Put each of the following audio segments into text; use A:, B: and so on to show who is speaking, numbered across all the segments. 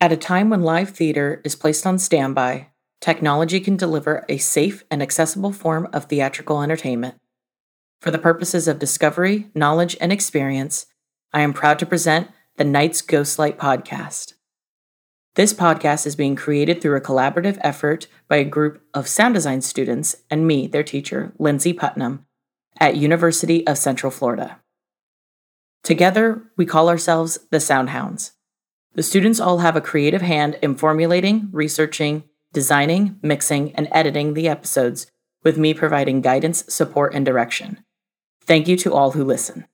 A: At a time when live theater is placed on standby, technology can deliver a safe and accessible form of theatrical entertainment. For the purposes of discovery, knowledge, and experience, I am proud to present the Night's Ghostlight podcast. This podcast is being created through a collaborative effort by a group of sound design students and me, their teacher, Lindsay Putnam, at University of Central Florida. Together, we call ourselves the Sound Hounds. The students all have a creative hand in formulating, researching, designing, mixing, and editing the episodes, with me providing guidance, support, and direction. Thank you to all who listen.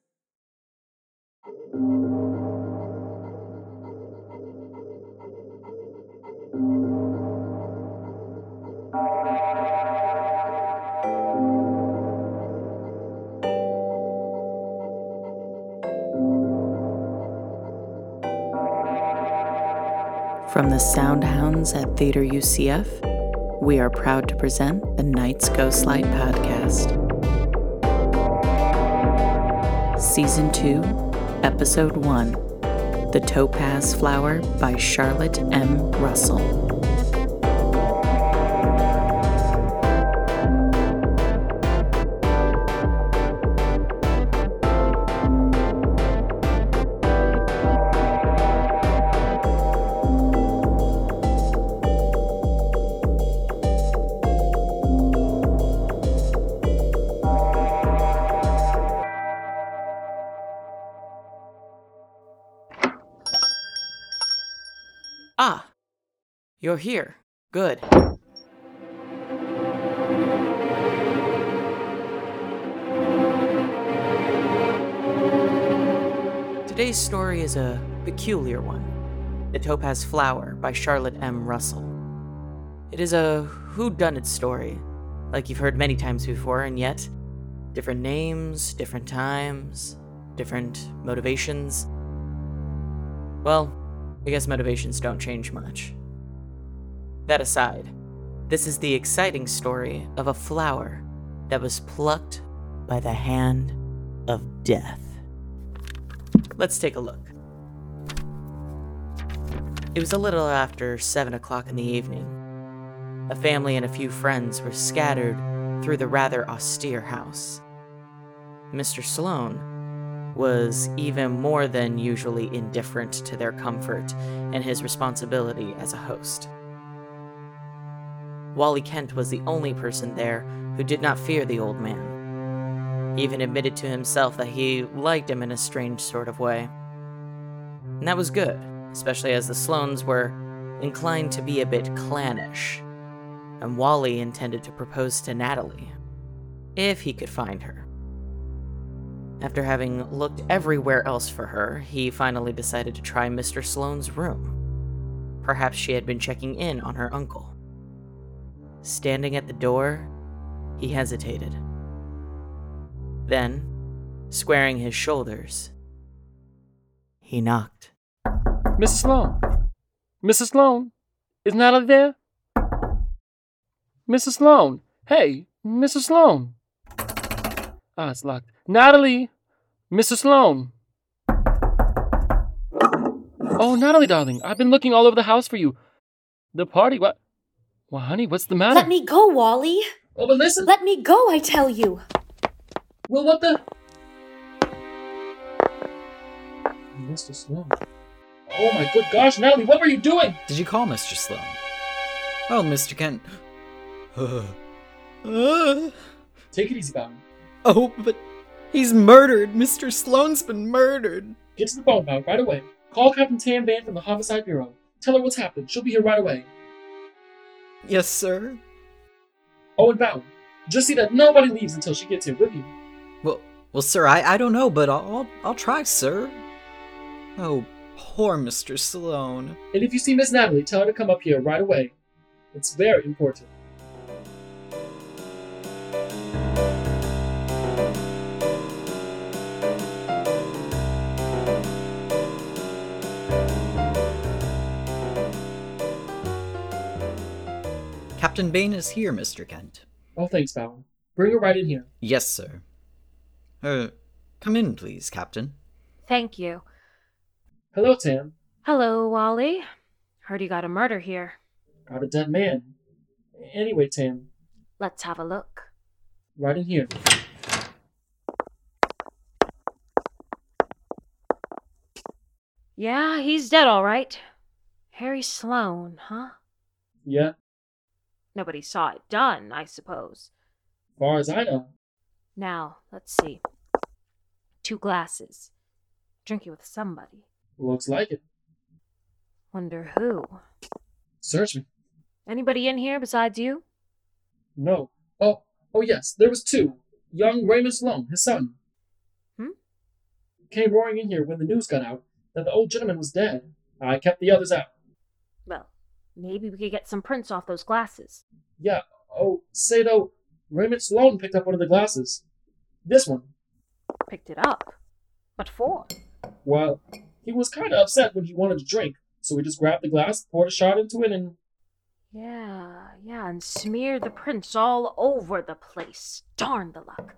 A: From the Sound Hounds at Theater UCF, we are proud to present the Night's Ghostlight Podcast. Season 2, Episode 1 The Topaz Flower by Charlotte M. Russell. Ah, you're here. Good. Today's story is a peculiar one The Topaz Flower by Charlotte M. Russell. It is a whodunit story, like you've heard many times before, and yet, different names, different times, different motivations. Well, I guess motivations don't change much. That aside, this is the exciting story of a flower that was plucked by the hand of death. Let's take a look. It was a little after 7 o'clock in the evening. A family and a few friends were scattered through the rather austere house. Mr. Sloane was even more than usually indifferent to their comfort and his responsibility as a host. Wally Kent was the only person there who did not fear the old man. He even admitted to himself that he liked him in a strange sort of way. And that was good, especially as the Sloanes were inclined to be a bit clannish, and Wally intended to propose to Natalie, if he could find her. After having looked everywhere else for her, he finally decided to try Mr. Sloane's room. Perhaps she had been checking in on her uncle. Standing at the door, he hesitated. Then, squaring his shoulders, he knocked.
B: Mrs. Sloan. Mrs. Sloan. Is Natalie there? Mrs. Sloan. Hey, Mrs. Sloan. Ah, it's locked. Natalie. Mrs. Sloan. Oh, Natalie, darling, I've been looking all over the house for you. The party, what? Well, honey, what's the matter?
C: Let me go, Wally.
B: Oh, but listen.
C: Let me go, I tell you.
B: Well, what the? Mr. Sloan. Oh my good gosh, Natalie, what were you doing?
D: Did you call Mr. Sloan? Oh, Mr. Kent. Uh,
B: Take it easy, Bowden.
D: oh, but he's murdered. Mr. Sloan's been murdered.
B: Get to the phone now, right away. Call Captain Tam Van from the Homicide Bureau. Tell her what's happened. She'll be here right away.
D: Yes, sir.
B: Oh, and Bowden, just see that nobody leaves until she gets here with you.
D: Well, well, sir, I, I don't know, but I'll, I'll try, sir. Oh, poor Mr. Sloan.
B: And if you see Miss Natalie, tell her to come up here right away. It's very important.
D: Captain Bain is here, Mr. Kent.
B: Oh, thanks, Bowden. Bring her right in here.
D: Yes, sir. Uh, come in, please, Captain.
E: Thank you.
B: Hello, Tam.
E: Hello, Wally. Heard you got a murder here.
B: Got a dead man. Anyway, Tam,
E: Let's have a look.
B: right in here.
E: Yeah, he's dead, all right. Harry Sloane, huh?
B: Yeah,
E: Nobody saw it done, I suppose.
B: far as I know.
E: Now, let's see. Two glasses. Drinking with somebody.
B: Looks like it.
E: Wonder who.
B: Search me.
E: Anybody in here besides you?
B: No. Oh, oh yes, there was two. Young Raymond Sloan, his son.
E: Hmm?
B: Came roaring in here when the news got out that the old gentleman was dead. I kept the others out.
E: Well, maybe we could get some prints off those glasses.
B: Yeah, oh, say though, Raymond Sloan picked up one of the glasses. This one.
E: Picked it up. What for?
B: Well, he was kind of upset when he wanted to drink, so he just grabbed the glass, poured a shot into it, and
E: Yeah, yeah, and smear the prints all over the place. Darn the luck.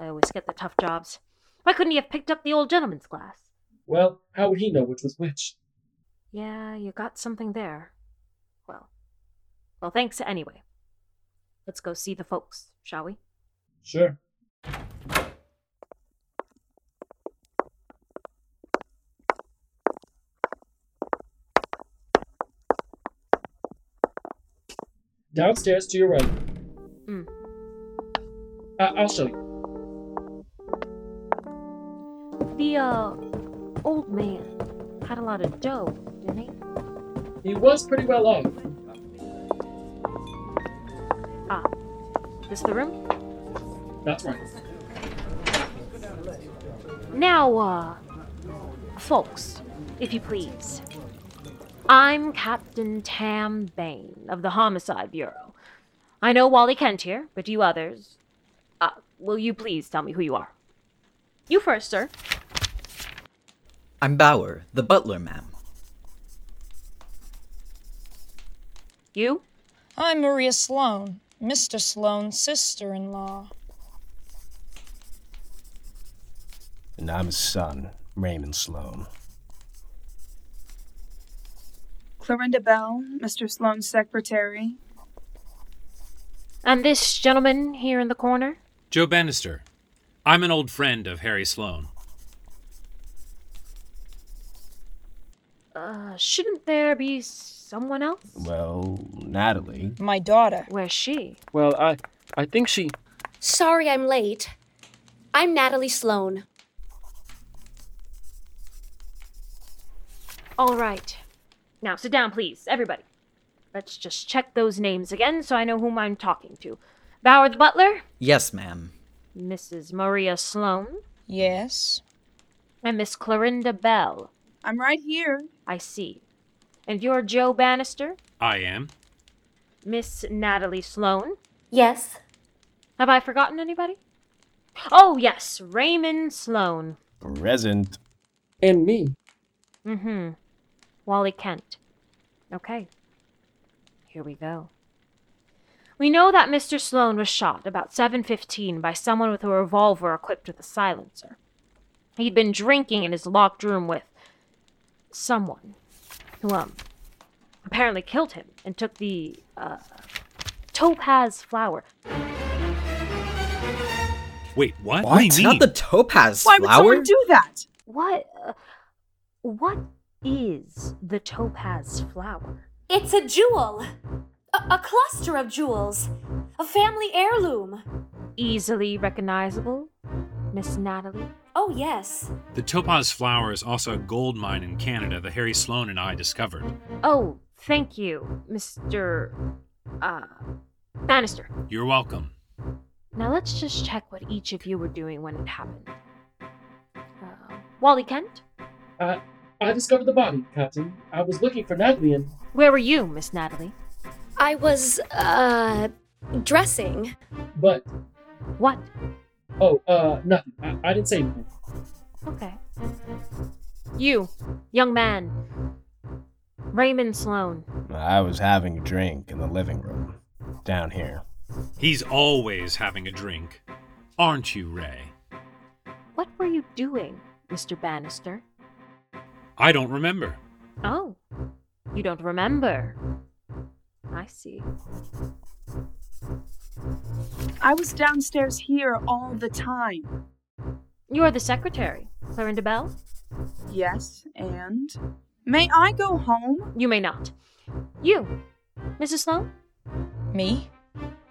E: I always get the tough jobs. Why couldn't he have picked up the old gentleman's glass?
B: well, how would he know which was which?
E: Yeah, you got something there. Well, well, thanks anyway. Let's go see the folks, shall we?
B: Sure. Downstairs to your right.
E: Mm.
B: I- I'll show you.
E: The uh, old man had a lot of dough, didn't he?
B: He was pretty well off.
E: Ah, this the room?
B: That's right.
E: Now, uh, folks, if you please. I'm Captain Tam Bain of the Homicide Bureau. I know Wally Kent here, but you others, uh, will you please tell me who you are? You first, sir.
D: I'm Bauer, the butler, ma'am.
E: You?
F: I'm Maria Sloane, Mr. Sloane's sister in law.
G: And I'm his son, Raymond Sloan.
H: Clorinda Bell, Mr. Sloane's secretary.
E: And this gentleman here in the corner?
I: Joe Bannister. I'm an old friend of Harry Sloan.
E: Uh, shouldn't there be someone else?
G: Well, Natalie.
F: My daughter.
E: Where's she?
B: Well, I I think she
C: Sorry I'm late. I'm Natalie Sloan.
E: All right. Now sit down, please, everybody. Let's just check those names again so I know whom I'm talking to. Bauer the butler,
D: Yes, ma'am.
E: Mrs. Maria Sloane,
F: Yes.
E: and Miss Clorinda Bell.
H: I'm right here.
E: I see. And you're Joe Bannister,
I: I am.
E: Miss Natalie Sloane.
C: Yes.
E: Have I forgotten anybody? Oh, yes, Raymond Sloane.
G: Present.
B: and me.
E: Mm hmm. Wally Kent. Okay. Here we go. We know that Mr. Sloan was shot about 7:15 by someone with a revolver equipped with a silencer. He'd been drinking in his locked room with someone who um apparently killed him and took the uh, topaz flower.
I: Wait, what?
G: What?
I: What do you mean?
D: Not the topaz
H: Why would
D: flower?
H: someone do that?
E: What uh, what is the topaz flower?
C: It's a jewel. A, a cluster of jewels. A family heirloom.
E: Easily recognizable, Miss Natalie.
C: Oh, yes.
I: the topaz flower is also a gold mine in Canada that Harry Sloan and I discovered.
E: Oh, thank you, Mr. Uh, Bannister.
I: You're welcome.
E: Now let's just check what each of you were doing when it happened. Uh, Wally Kent,
B: I I discovered the body, Captain. I was looking for Natalie and
E: where were you, Miss Natalie?
C: I was, uh, dressing.
B: but
E: What?
B: oh uh nothing. I, I didn't say anything.
E: Okay. You, young man. Raymond Sloan.
G: I was having a drink in the living room. Down here.
I: He's always having a drink. Aren't you, Ray?
E: What were you doing, Mr. Bannister?
I: I don't remember.
E: Oh. You don't remember. I see.
H: I was downstairs here all the time.
E: You are the secretary, Clarinda Bell?
H: Yes, and? May I go home?
E: You may not. You, Mrs. Sloan?
F: Me?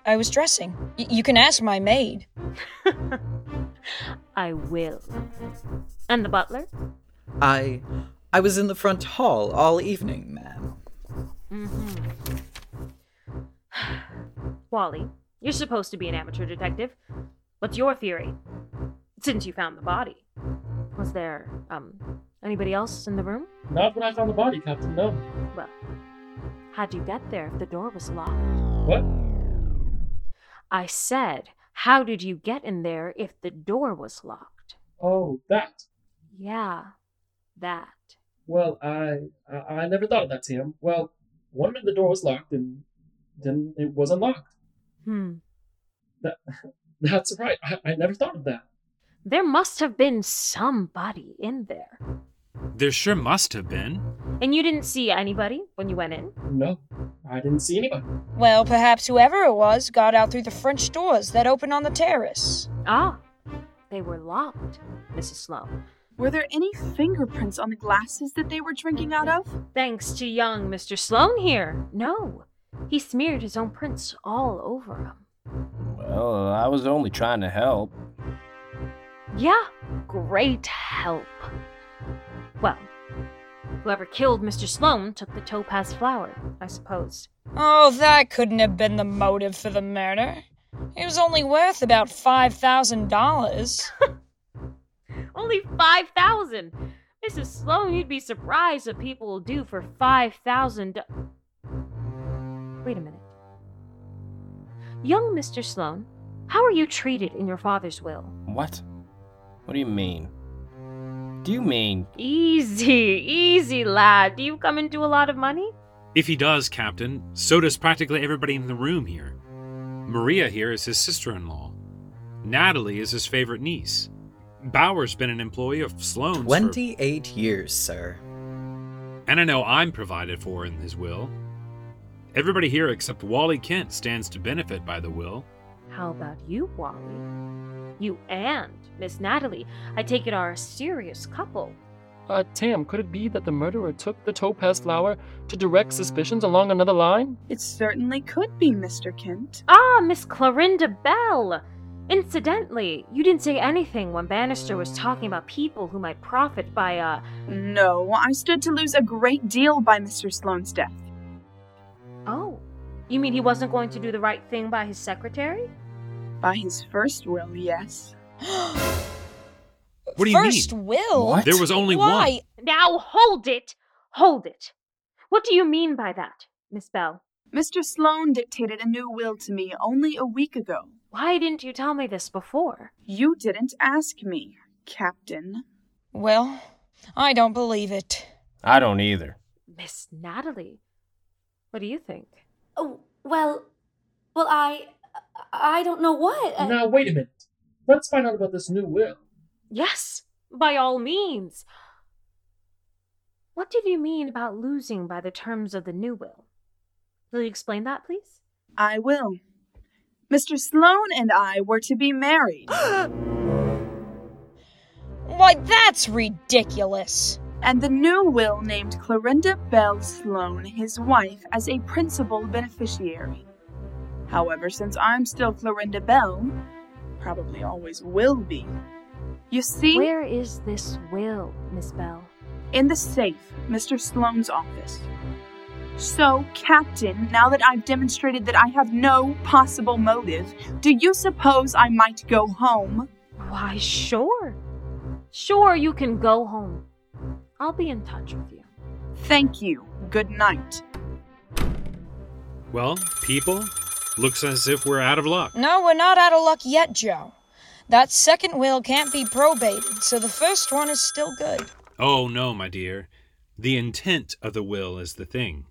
F: I was dressing. Y- you can ask my maid.
E: I will. And the butler?
D: I. I was in the front hall all evening, ma'am.
E: Wally, you're supposed to be an amateur detective. What's your theory? Since you found the body. Was there, um, anybody else in the room?
B: Not when I found the body, Captain. No.
E: Well, how'd you get there if the door was locked?
B: What?
E: I said, how did you get in there if the door was locked?
B: Oh, that.
E: Yeah, that.
B: Well, I I, I never thought of that, Sam. Well, one minute the door was locked, and then it was unlocked.
E: Hmm.
B: That's right. I, I never thought of that.
E: There must have been somebody in there.
I: There sure must have been.
E: And you didn't see anybody when you went in?
B: No, I didn't see anybody.
F: Well, perhaps whoever it was got out through the French doors that open on the terrace.
E: Ah, they were locked, Mrs. Sloan.
H: Were there any fingerprints on the glasses that they were drinking out of?
E: Thanks to young Mr. Sloan here. No, he smeared his own prints all over him.
G: Well, I was only trying to help.
E: Yeah, great help. Well, whoever killed Mr. Sloan took the topaz flower, I suppose.
F: Oh, that couldn't have been the motive for the murder. It was only worth about $5,000.
E: Only 5,000! Mrs. Sloan, you'd be surprised what people will do for 5,000. Wait a minute. Young Mr. Sloan, how are you treated in your father's will?
G: What? What do you mean? Do you mean
E: Easy, easy, lad. Do you come into a lot of money?
I: If he does, Captain, so does practically everybody in the room here. Maria here is his sister in law. Natalie is his favorite niece. Bauer's been an employee of Sloan's. for-
D: 28 years, sir.
I: And I know I'm provided for in his will. Everybody here except Wally Kent stands to benefit by the will.
E: How about you, Wally? You and Miss Natalie, I take it, are a serious couple.
B: Uh, Tam, could it be that the murderer took the topaz flower to direct suspicions along another line?
H: It certainly could be, Mr. Kent.
E: Ah, Miss Clarinda Bell! Incidentally, you didn't say anything when Bannister was talking about people who might profit by, uh,
H: No, I stood to lose a great deal by Mr. Sloane's death.
E: oh. You mean he wasn't going to do the right thing by his secretary?
H: By his first will, yes.
I: What do you
F: First
I: mean?
F: will?
G: What?
I: There was only one.
F: Why?
E: Now hold it! Hold it! What do you mean by that, Miss Bell?
H: Mr. Sloane dictated a new will to me only a week ago.
E: Why didn't you tell me this before?
H: You didn't ask me, Captain.
F: Well, I don't believe it.
G: I don't either?
E: Miss Natalie, what do you think?
C: Oh, well, well, I, I don't know what. I-
B: Now, wait a minute. Let's find out about this new will.
E: Yes, by all means. What did you mean about losing by the terms of the new will? Will you explain that, please?
H: I will. Mr. Sloane and I were to be married,
F: Why, that's ridiculous.
H: and the new will named Clorinda Bell Sloane, his wife, as a principal beneficiary. However, since I'm still Clorinda Bell, probably always will be. You see,
E: Where is this will, Miss Bell?
H: in the safe, Mr. Sloane's office. So, Captain, now that I've demonstrated that I have no possible motive, do you suppose I might go home?
E: Why, sure. Sure, you can go home. I'll be in touch with you.
H: Thank you. Good night.
I: Well, people, looks as if we're out of luck.
F: No, we're not out of luck yet, Joe. That second will can't be probated, so the first one is still good.
I: Oh, no, my dear. The intent of the will is the thing.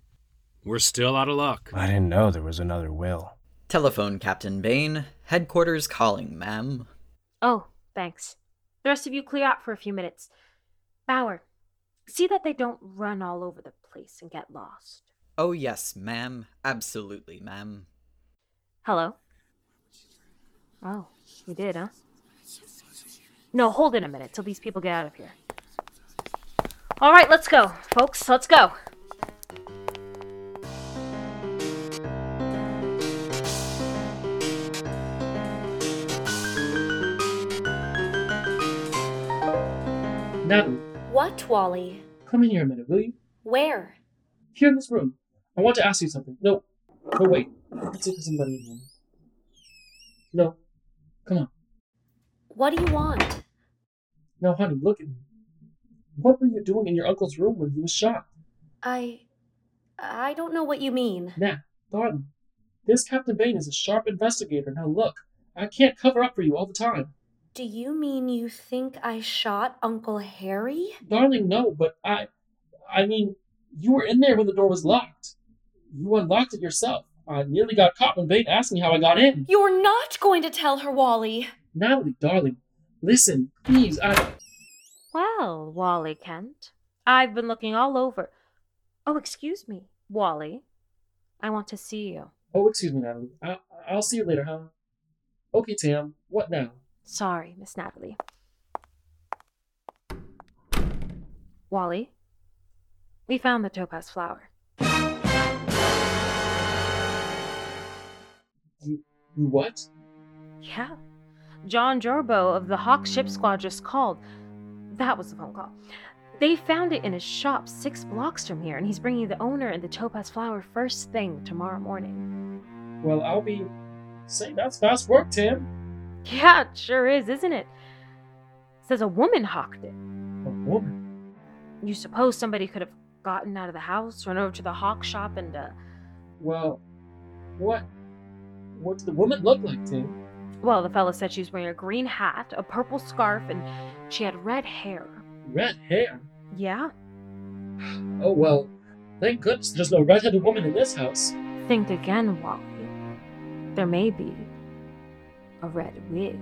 I: We're still out of luck.
G: I didn't know there was another will.
D: Telephone, Captain Bain. Headquarters calling, ma'am.
E: Oh, thanks. The rest of you clear out for a few minutes. Bauer, See that they don't run all over the place and get lost.
D: Oh, yes, ma'am. Absolutely, ma'am.
E: Hello? Oh, you did, huh? No, hold it a minute till these people get out of here. All right, let's go, folks. Let's go.
B: Natalie,
C: What, Wally?
B: come in here a minute, will you?
C: Where?
B: Here in this room. I want to ask you something. No. No, wait. Let's see if there's somebody in here. No. Come on.
C: What do you want?
B: Now, honey, look at me. What were you doing in your uncle's room when he was shot?
C: I. I don't know what you mean.
B: Now, darling, this Captain Bain is a sharp investigator. Now, look, I can't cover up for you all the time.
C: Do you mean you think I shot Uncle Harry?
B: Darling, no, but I. I mean, you were in there when the door was locked. You unlocked it yourself. I nearly got caught when Bain asked me how I got
E: Mm.
B: in.
C: You're not going to tell her, Wally.
B: Natalie, darling, listen, please, I.
E: Well, Wally Kent, I've been looking all over. Oh, excuse me, Wally. I want to see you.
B: Oh, excuse me, Natalie. I, I'll see you later, huh? Okay, Tam, what now?
E: Sorry, Miss Natalie. Wally, we found the topaz flower.
B: You, you what?
E: Yeah. John Jorbo of the Hawk Ship Squad just called. That was the phone call. They found it in his shop six blocks from here, and he's bringing the owner and the topaz flower first thing tomorrow morning.
B: Well, I'll be. Say, that's fast work, Tam.
E: Yeah, it sure is, isn't it? Says a woman hawked it.
B: A woman.
E: You suppose somebody could have gotten out of the house, run over to the hawk shop, and, uh,
B: Well, what? What did the woman look like, Tim?
E: well, the fella said she was wearing a green hat, a purple scarf, and she had red hair.
B: Red hair.
E: Yeah?
B: Oh well. Thank goodness there's no redheaded woman in this house.
E: Think again, Wally. There may be a red wig.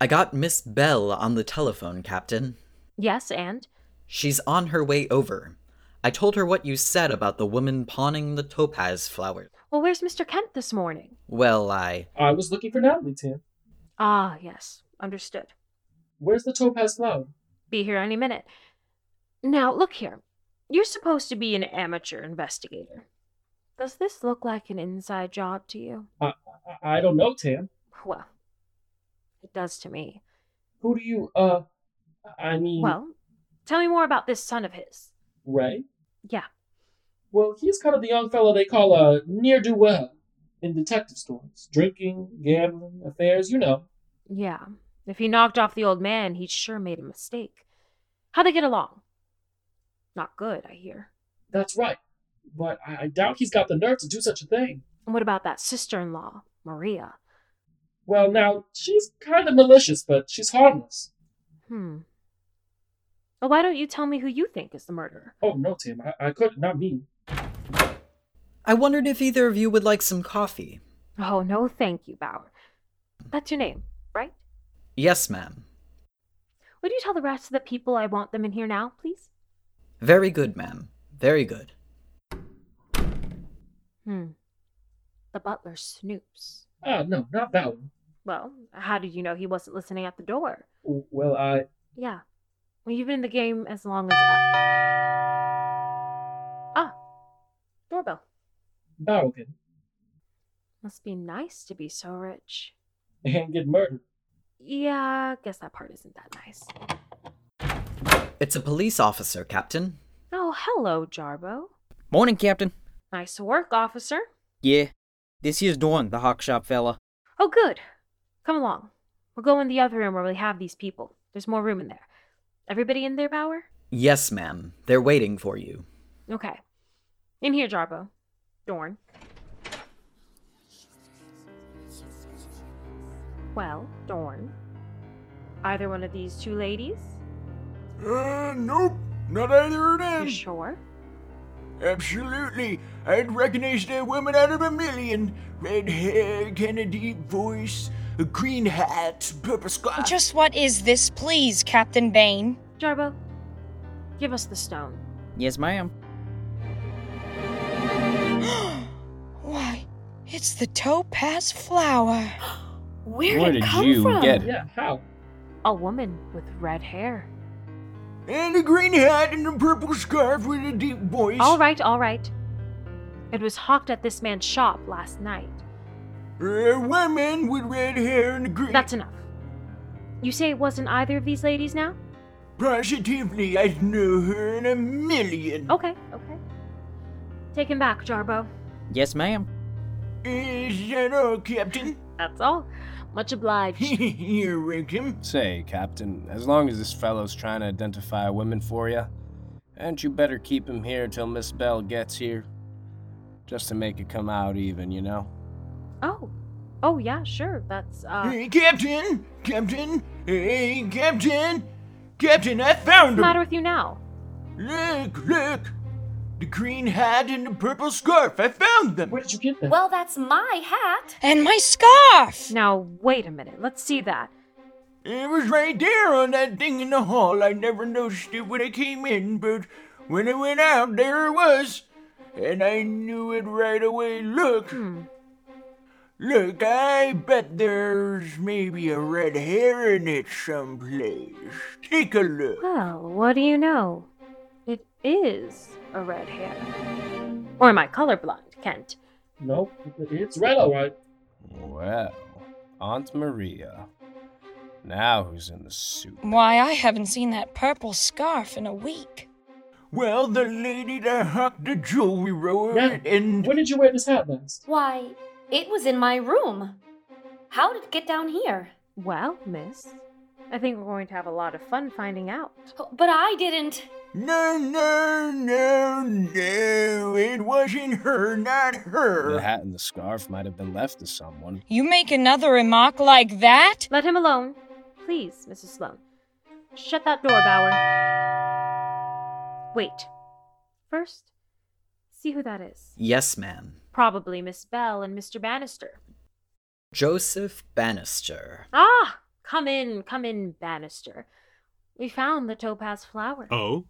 D: I got Miss Bell on the telephone, Captain.
E: Yes, and?
D: She's on her way over. I told her what you said about the woman pawning the topaz flower.
E: Well, where's Mr. Kent this morning?
D: Well, I.
B: I was looking for Natalie, Tim.
E: Ah, yes, understood.
B: Where's the topaz flower?
E: Be here any minute. Now, look here. You're supposed to be an amateur investigator. Does this look like an inside job to you?
B: I, I I don't know, Tam.
E: Well, it does to me.
B: Who do you uh? I
D: Mm.
B: mean,
E: Well, tell me more about this son of his.
B: Ray.
E: Yeah.
B: Well, he's kind of the young fellow they call a near do well in detective stories. Drinking, gambling, affairs, you know.
E: Yeah. If he knocked off the old man, he sure made a mistake. How'd they get along? Not good, I hear.
B: That's right. But I I doubt he's got the nerve to do such a thing.
E: And what about that sister in law, Maria?
B: Well, now, she's kind of malicious, but she's harmless.
E: Hmm. Well, why don't you tell me who you think is the murderer?
B: Oh, no, Tim, I, I couldn't, not me.
D: I wondered if either of you would like some coffee.
E: Oh, no, thank you, Bauer. That's your name, right?
D: Yes, ma'am.
E: Would you tell the rest of the people I want them in here now, please?
D: Very good, ma'am. Very good.
E: Hmm. The butler snoops.
B: Ah, no, not that one.
E: Well, how did you know he wasn't listening at the door?
B: W- Well, I.
E: Yeah. Well, you've been in the game as long as. I... Ah, doorbell.
B: Barrowkin.
E: Must be nice to be so rich.
B: And get murdered.
E: Yeah, guess that part isn't that nice.
D: It's a police officer, Captain.
E: Oh, hello, Jarbo.
J: Morning, Captain.
E: Nice work, officer.
J: Yeah, this here's Dawn, the hawk shop fella.
E: Oh, good. Come along. We'll go in the other room where we have these people. There's more room in there. Everybody in there, Bauer?
D: Yes, ma'am. They're waiting for you.
E: Okay. In here, Jarbo. Dorn. Well, Dorn. Either one of these two ladies?
K: Uh, nope. Not either of them.
E: You sure?
K: Absolutely. I'd recognize that woman out of a million. Red hair, kind of deep voice, a green hat, purple scarf.
F: Just what is this, please, Captain Bane?
E: Jarbo, give us the stone.
J: Yes, ma'am.
F: Why, it's the topaz flower.
C: Where,
F: Where
C: did
F: did
C: it come
F: you
C: from?
F: get it?
B: Yeah, how?
E: A woman with red hair.
K: And a green hat and a purple scarf with a deep voice.
E: All right, all right. It was hawked at this man's shop last night.
K: A woman with red hair and a green.
E: That's enough. You say it wasn't either of these ladies now?
K: Positively, I'd know her in a million.
E: Okay, okay. Take him back, Jarbo.
J: Yes, ma'am.
K: Is that all, Captain?
E: That's all. Much obliged.
K: You're welcome.
G: Say, Captain, as long as this fellow's trying to identify women for you, hadn't you better keep him here till Miss Bell gets here? Just to make it come out even, you know?
E: Oh. Oh, yeah, sure. That's, uh.
K: Hey, Captain! Captain! Hey, Captain! Captain, I found
E: What's
K: him!
E: the matter with you now?
K: Look, look! The green hat and the purple scarf, I found them! Where
B: did you get
C: Well, that's my hat.
F: And my scarf!
E: Now, wait a minute. Let's see that.
K: It was right there on that thing in the hall. I never noticed it when I came in, but when I went out, there it was. And I knew it right away. Look!
E: Hmm.
K: Look, I bet there's maybe a red hair in it someplace. Take a look.
E: Well, what do you know? It is a red hair. Or am I colorblind, Kent?
B: No, it's red, alright.
G: Well, Aunt Maria. Now who's in the soup?
F: Why, I haven't seen that purple scarf in a week.
K: Well, the lady that hawked the jewelry rower
B: Yeah.
K: and.
B: When did you wear this hat last?
C: Why, it was in my room. How did it get down here?
E: Well, miss, I think we're going to have a lot of fun finding out.
C: But I didn't.
K: No, no, no, no. It wasn't her, not her.
G: The hat and the scarf might have been left to someone.
F: You make another remark like that?
E: Let him alone. Please, Mrs. Sloane. Shut that door, Bower. Wait. First, see who that is.
D: Yes, ma'am.
E: Probably Miss Bell and Mr. Bannister.
D: Joseph Bannister.
E: Ah! Come in, come in, Bannister. We found the topaz flower.
I: Oh?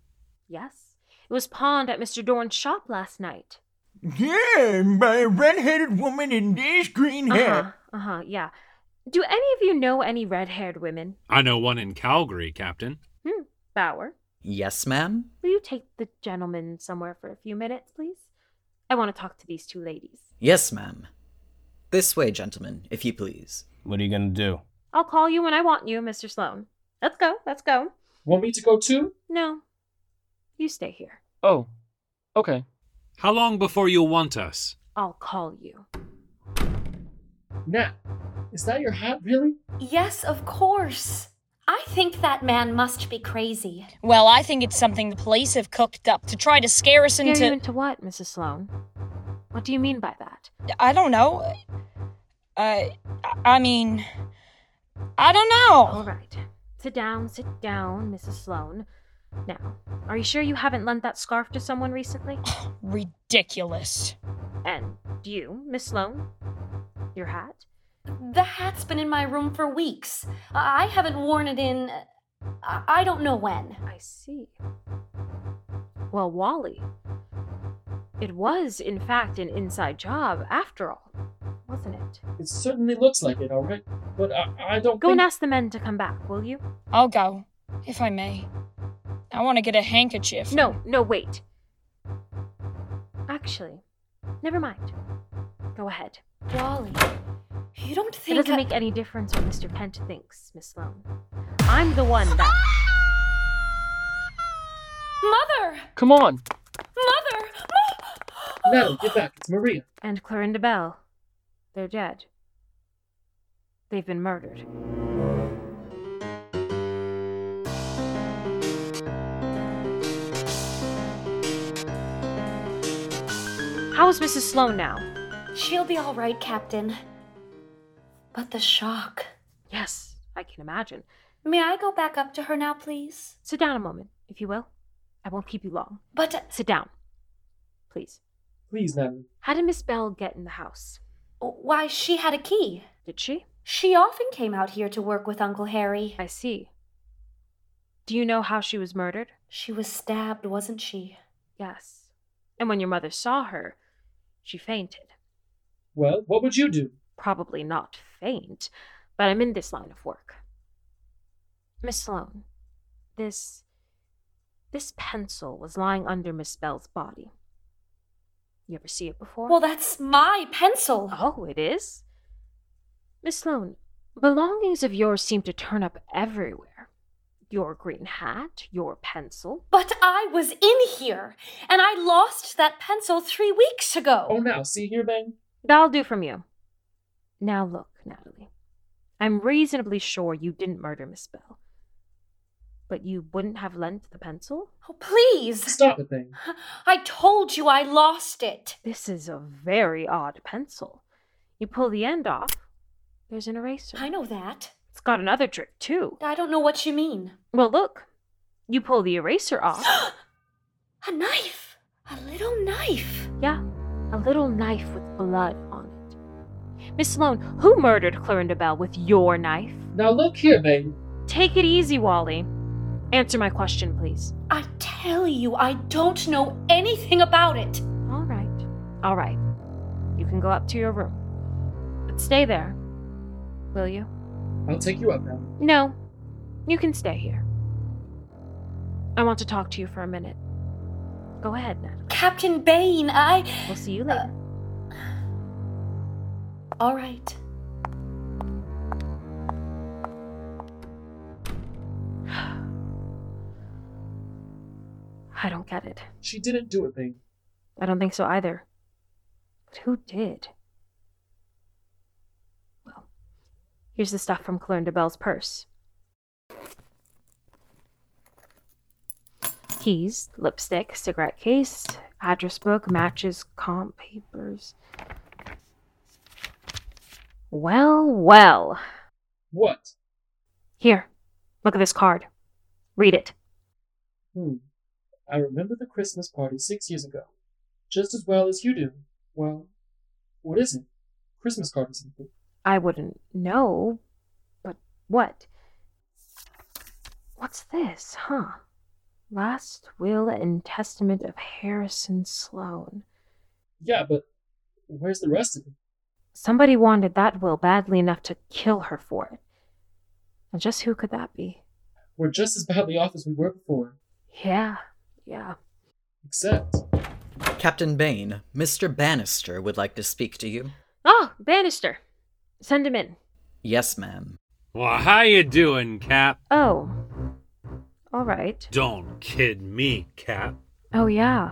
E: Yes. It was pawned at Mr. Dorn's shop last night.
K: Yeah, by a red-headed woman in this green
E: Uh-huh.
K: hair.
E: Uh-huh, yeah. Do any of you know any red-haired women?
I: I know one in Calgary, Captain.
E: Hmm. Bower,
D: Yes, ma'am.
E: will you take the gentleman somewhere for a few minutes, please? I want to talk to these two ladies.
D: Yes, ma'am. This way, gentlemen, if you please.
G: What are you gonna do?
E: I'll call you when I want you, Mr. Sloan. Let's go, let's go.
B: Want me to go too?
E: No. You stay here.
B: Oh, okay.
I: How long before you'll want us?
E: I'll call you.
B: Now, is that your hat, really?
C: Yes, of course. I think that man must be crazy.
F: Well, I think it's something the police have cooked up to try to scare us
E: Scare
F: into.
E: you into what, Mrs. Sloan? What do you mean by that?
F: I don't know. Uh, I- I mean, I don't know.
E: All right. Sit down, sit down, Mrs. Sloan. Now, are you sure you haven't lent that scarf to someone recently?
F: Ridiculous.
E: And you, Miss Sloan? Your hat?
C: The hat's been in my room for weeks. I I haven't worn it in. I I don't know when.
E: I see. Well, Wally. It was, in fact, an inside job, after all, wasn't it?
B: It certainly looks like it, alright? But uh, I, I don't
E: Go
B: think...
E: and ask the men to come back, will you?
F: I'll go, if I may. I want to get a handkerchief.
E: No, no, wait. Actually, never mind. Go ahead.
C: Wally, you don't
E: It
C: think.
E: doesn't
C: I-
E: make any difference what Mr. Kent thinks, Miss Sloan. I'm the one that.
C: Mother!
B: Come on!
C: Mother!
B: Natalie, get back. It's Maria.
E: And Clorinda Bell. They're dead. They've been murdered. How is Mrs. Sloan now?
C: She'll be all right, Captain. But the shock.
E: Yes, I can imagine.
C: May I go back up to her now, please?
E: Sit down a moment, if you will. I won't keep you long.
C: But. uh,
E: Sit down. Please.
B: Please, madam.
E: How did Miss Bell get in the house?
C: Why, she had a key.
E: Did she?
C: She often came out here to work with Uncle Harry.
E: I see. Do you know how she was murdered?
C: She was stabbed, wasn't she?
E: Yes. And when your mother saw her, she fainted.
B: Well, what would you do?
E: Probably not faint, but I'm in this line of work. Miss Sloane, this. this pencil was lying under Miss Bell's body. You ever see it before?
C: Well, that's my pencil.
E: Oh, it is? Miss Sloane, belongings of yours seem to turn up everywhere. Your green hat, your pencil.
C: But I was in here, and I lost that pencil three weeks ago.
B: Oh, now, see here, Bang?
E: That'll do from you. Now look, Natalie. I'm reasonably sure you didn't murder Miss Bell. But you wouldn't have lent the pencil?
C: Oh, please!
B: Stop the thing.
C: I told you I lost it.
E: This is a very odd pencil. You pull the end off, there's an eraser.
C: I know that.
E: It's got another trick, too.
C: I don't know what you mean.
E: Well, look. You pull the eraser off.
C: a knife! A little knife!
E: Yeah, a little knife with blood on it. Miss Sloane, who murdered Clarinda Bell with your knife?
B: Now look here, babe.
E: Take it easy, Wally. Answer my question, please.
C: I tell you, I don't know anything about it.
E: All right. All right. You can go up to your room. But stay there. Will you?
B: I'll take you up now.
E: No. You can stay here. I want to talk to you for a minute. Go ahead, Natalie.
C: Captain Bain, I.
E: We'll see you later.
C: Uh, all right.
E: I don't get it.
B: She didn't do a thing.
E: I don't think so either. But who did? Well, here's the stuff from Clarinda Bell's purse. Keys, lipstick, cigarette case, address book, matches, comp papers. Well, well.
B: What?
E: Here, look at this card. Read it.
B: Hmm. I remember the Christmas party six years ago, just as well as you do. Well, what is it? Christmas card or something?
E: I wouldn't know, but what? What's this, huh? Last Will and Testament of Harrison Sloane.
B: Yeah, but where's the rest of it?
E: Somebody wanted that will badly enough to kill her for it. And just who could that be?
B: We're just as badly off as we were before.
E: Yeah, yeah.
B: Except.
D: Captain Bain, Mr. Bannister would like to speak to you.
E: Ah, oh, Bannister. Send him in.
D: Yes, ma'am.
I: Well, how you doing, Cap?
E: Oh, all right.
I: Don't kid me, Cap.
E: Oh, yeah.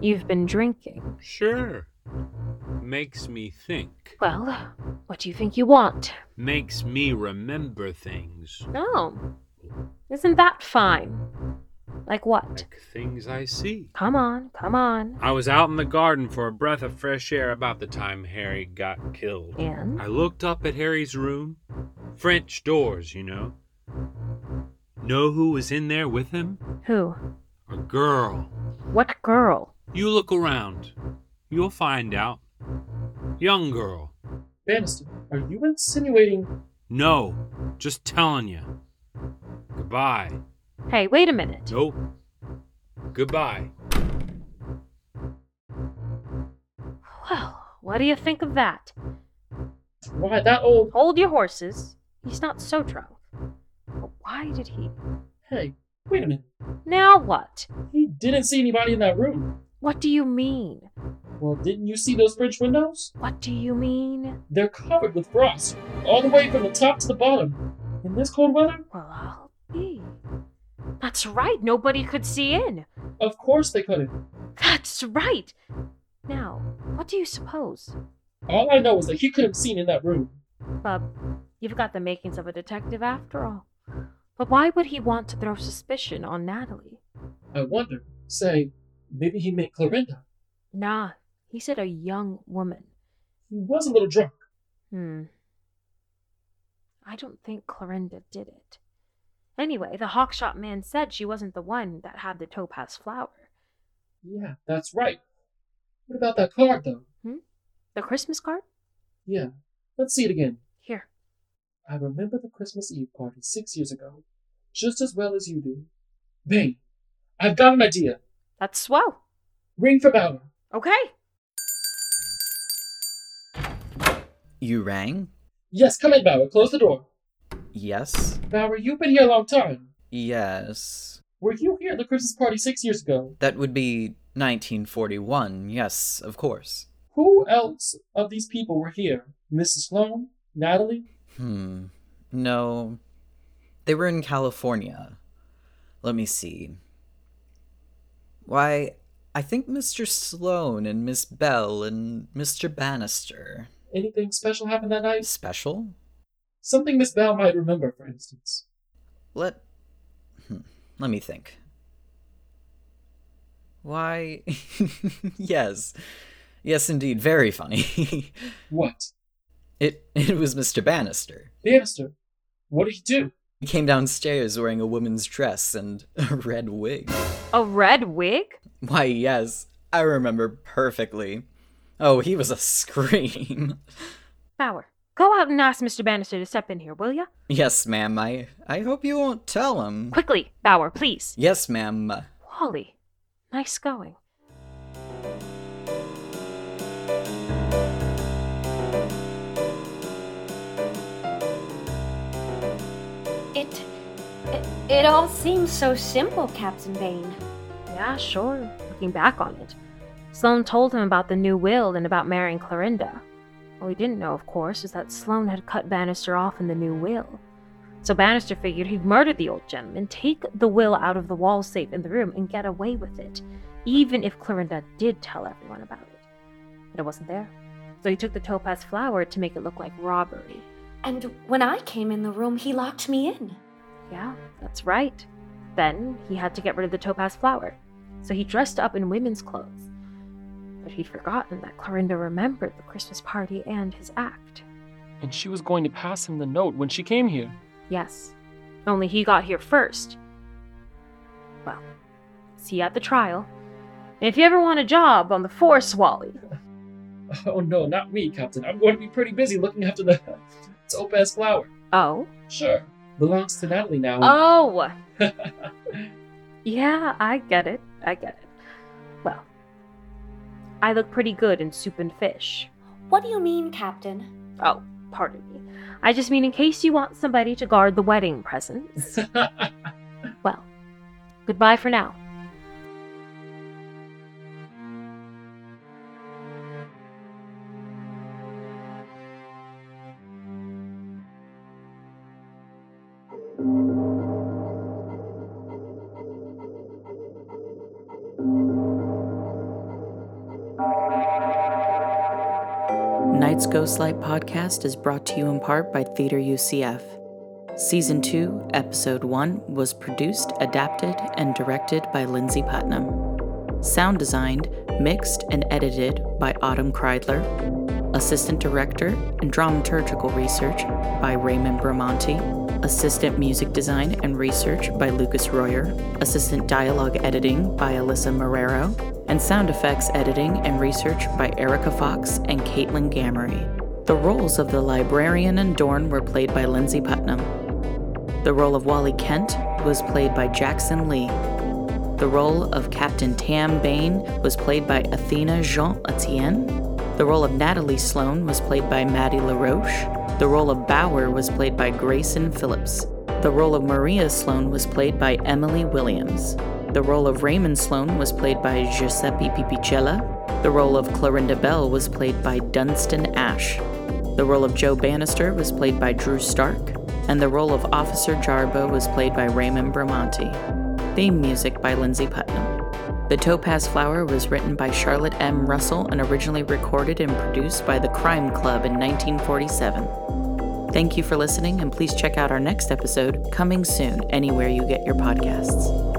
E: You've been drinking.
I: Sure. Makes me think.
E: Well, what do you think you want?
I: Makes me remember things.
E: No. Oh. Isn't that fine? Like what?
I: Like things I see.
E: Come on, come on.
I: I was out in the garden for a breath of fresh air about the time Harry got killed.
E: And?
I: I looked up at Harry's room. French doors, you know. Know who was in there with him?
E: Who?
I: A girl.
E: What girl?
I: You look around. You'll find out. Young girl.
B: Bannister, are you insinuating?
I: No, just telling you. Goodbye.
E: Hey, wait a minute.
I: Nope. Goodbye.
E: Well, what do you think of that?
B: Why, that old.
E: Hold your horses. He's not so drunk. But why did he?
B: Hey, wait a minute.
E: Now what?
B: He didn't see anybody in that room.
E: What do you mean?
B: Well, didn't you see those French windows?
E: What do you mean?
B: They're covered with frost, all the way from the top to the bottom. In this cold weather?
E: Well, I'll be. That's right, nobody could see in.
B: Of course they couldn't.
E: That's right. Now, what do you suppose? uh,
B: All I know is that he could have seen in that room.
E: Bub, you've got the makings of a detective after all. But why would he want to throw suspicion on Natalie?
B: I wonder. Say, maybe he meant Clorinda.
E: Nah, he said a young woman.
B: He was a little drunk.
E: Hmm. I don't think Clorinda did it. Anyway, the hawkshop man said she wasn't the one that had the topaz flower.
B: Yeah, that's right. What about that card, though?
E: Hmm? The Christmas card?
B: Yeah, let's see it again.
E: Here.
B: I remember the Christmas Eve party six years ago, just as well as you do. Bing, I've got an idea.
E: That's swell.
B: Ring for Bauer.
E: Okay.
D: You rang?
B: Yes, come in, Bauer. Close the door.
D: Yes?
B: Bauer, you've been here a long time.
D: Yes.
B: Were you here at the Christmas party six years ago?
D: That would be 1941. Yes, of course.
B: Who else of these people were here? Mrs. Sloan? Natalie?
D: Hmm. No. They were in California. Let me see. Why, I think Mr. Sloan and Miss Bell and Mr. Bannister.
B: Anything special happened that night?
D: Special?
B: Something Miss Bell might remember, for instance.
D: Let. hmm, Let me think. Why? yes. Yes, indeed. Very funny.
B: what?
D: It, it was Mr. Bannister.
B: Bannister, what did he do?
D: He came downstairs wearing a woman's dress and a red wig.
E: A red wig?
D: Why, yes, I remember perfectly. Oh, he was a scream.
E: Bauer, go out and ask Mr. Bannister to step in here, will ya?
D: yes, ma'am, I, I hope you won't tell him.
E: Quickly, Bauer, please.
D: Yes, ma'am.
E: Wally, nice going.
C: It, it. It all seems so simple, Captain Vane.
E: Yeah, sure. Looking back on it, Sloane told him about the new will and about marrying Clorinda. What he didn't know, of course, is that Sloane had cut Bannister off in the new will. So Bannister figured he'd murder the old gentleman, take the will out of the wall safe in the room, and get away with it, even if Clorinda did tell everyone about it. But it wasn't there. So he took the topaz flower to make it look like robbery.
C: And when I came in the room, he locked me in.
E: Yeah, that's right. Then he had to get rid of the topaz flower, so he dressed up in women's clothes. But he'd forgotten that Clorinda remembered the Christmas party and his act.
B: And she was going to pass him the note when she came here.
E: Yes, only he got here first. Well, see you at the trial. And if you ever want a job on the force, Wally.
B: Oh no, not me, Captain. I'm going to be pretty busy looking after the topaz flower.
E: Oh?
B: Sure. Belongs to Natalie now.
E: Oh! yeah, I get it. I get it. Well, I look pretty good in soup and fish.
C: What do you mean, Captain?
E: Oh, pardon me. I just mean in case you want somebody to guard the wedding presents. well, goodbye for now.
J: Night's Ghostlight podcast is brought to you in part by Theater UCF. Season 2, Episode 1 was produced, adapted, and directed by Lindsay Putnam. Sound designed, mixed, and edited by Autumn Kreidler. Assistant director and dramaturgical research by Raymond Bramonti. Assistant music design and research by Lucas Royer. Assistant dialogue editing by Alyssa Marrero. And sound effects editing and research by Erica Fox and Caitlin Gamery. The roles of the librarian and Dorn were played by Lindsay Putnam. The role of Wally Kent was played by Jackson Lee. The role of Captain Tam Bain was played by Athena Jean Etienne. The role of Natalie Sloan was played by Maddie LaRoche. The role of Bauer was played by Grayson Phillips. The role of Maria Sloan was played by Emily Williams. The role of Raymond Sloan was played by Giuseppe Pipicella. The role of Clorinda Bell was played by Dunstan Ash. The role of Joe Bannister was played by Drew Stark. And the role of Officer Jarbo was played by Raymond Bramonti. Theme music by Lindsay Putnam. The Topaz Flower was written by Charlotte M. Russell and originally recorded and produced by The Crime Club in 1947. Thank you for listening, and please check out our next episode, coming soon, anywhere you get your podcasts.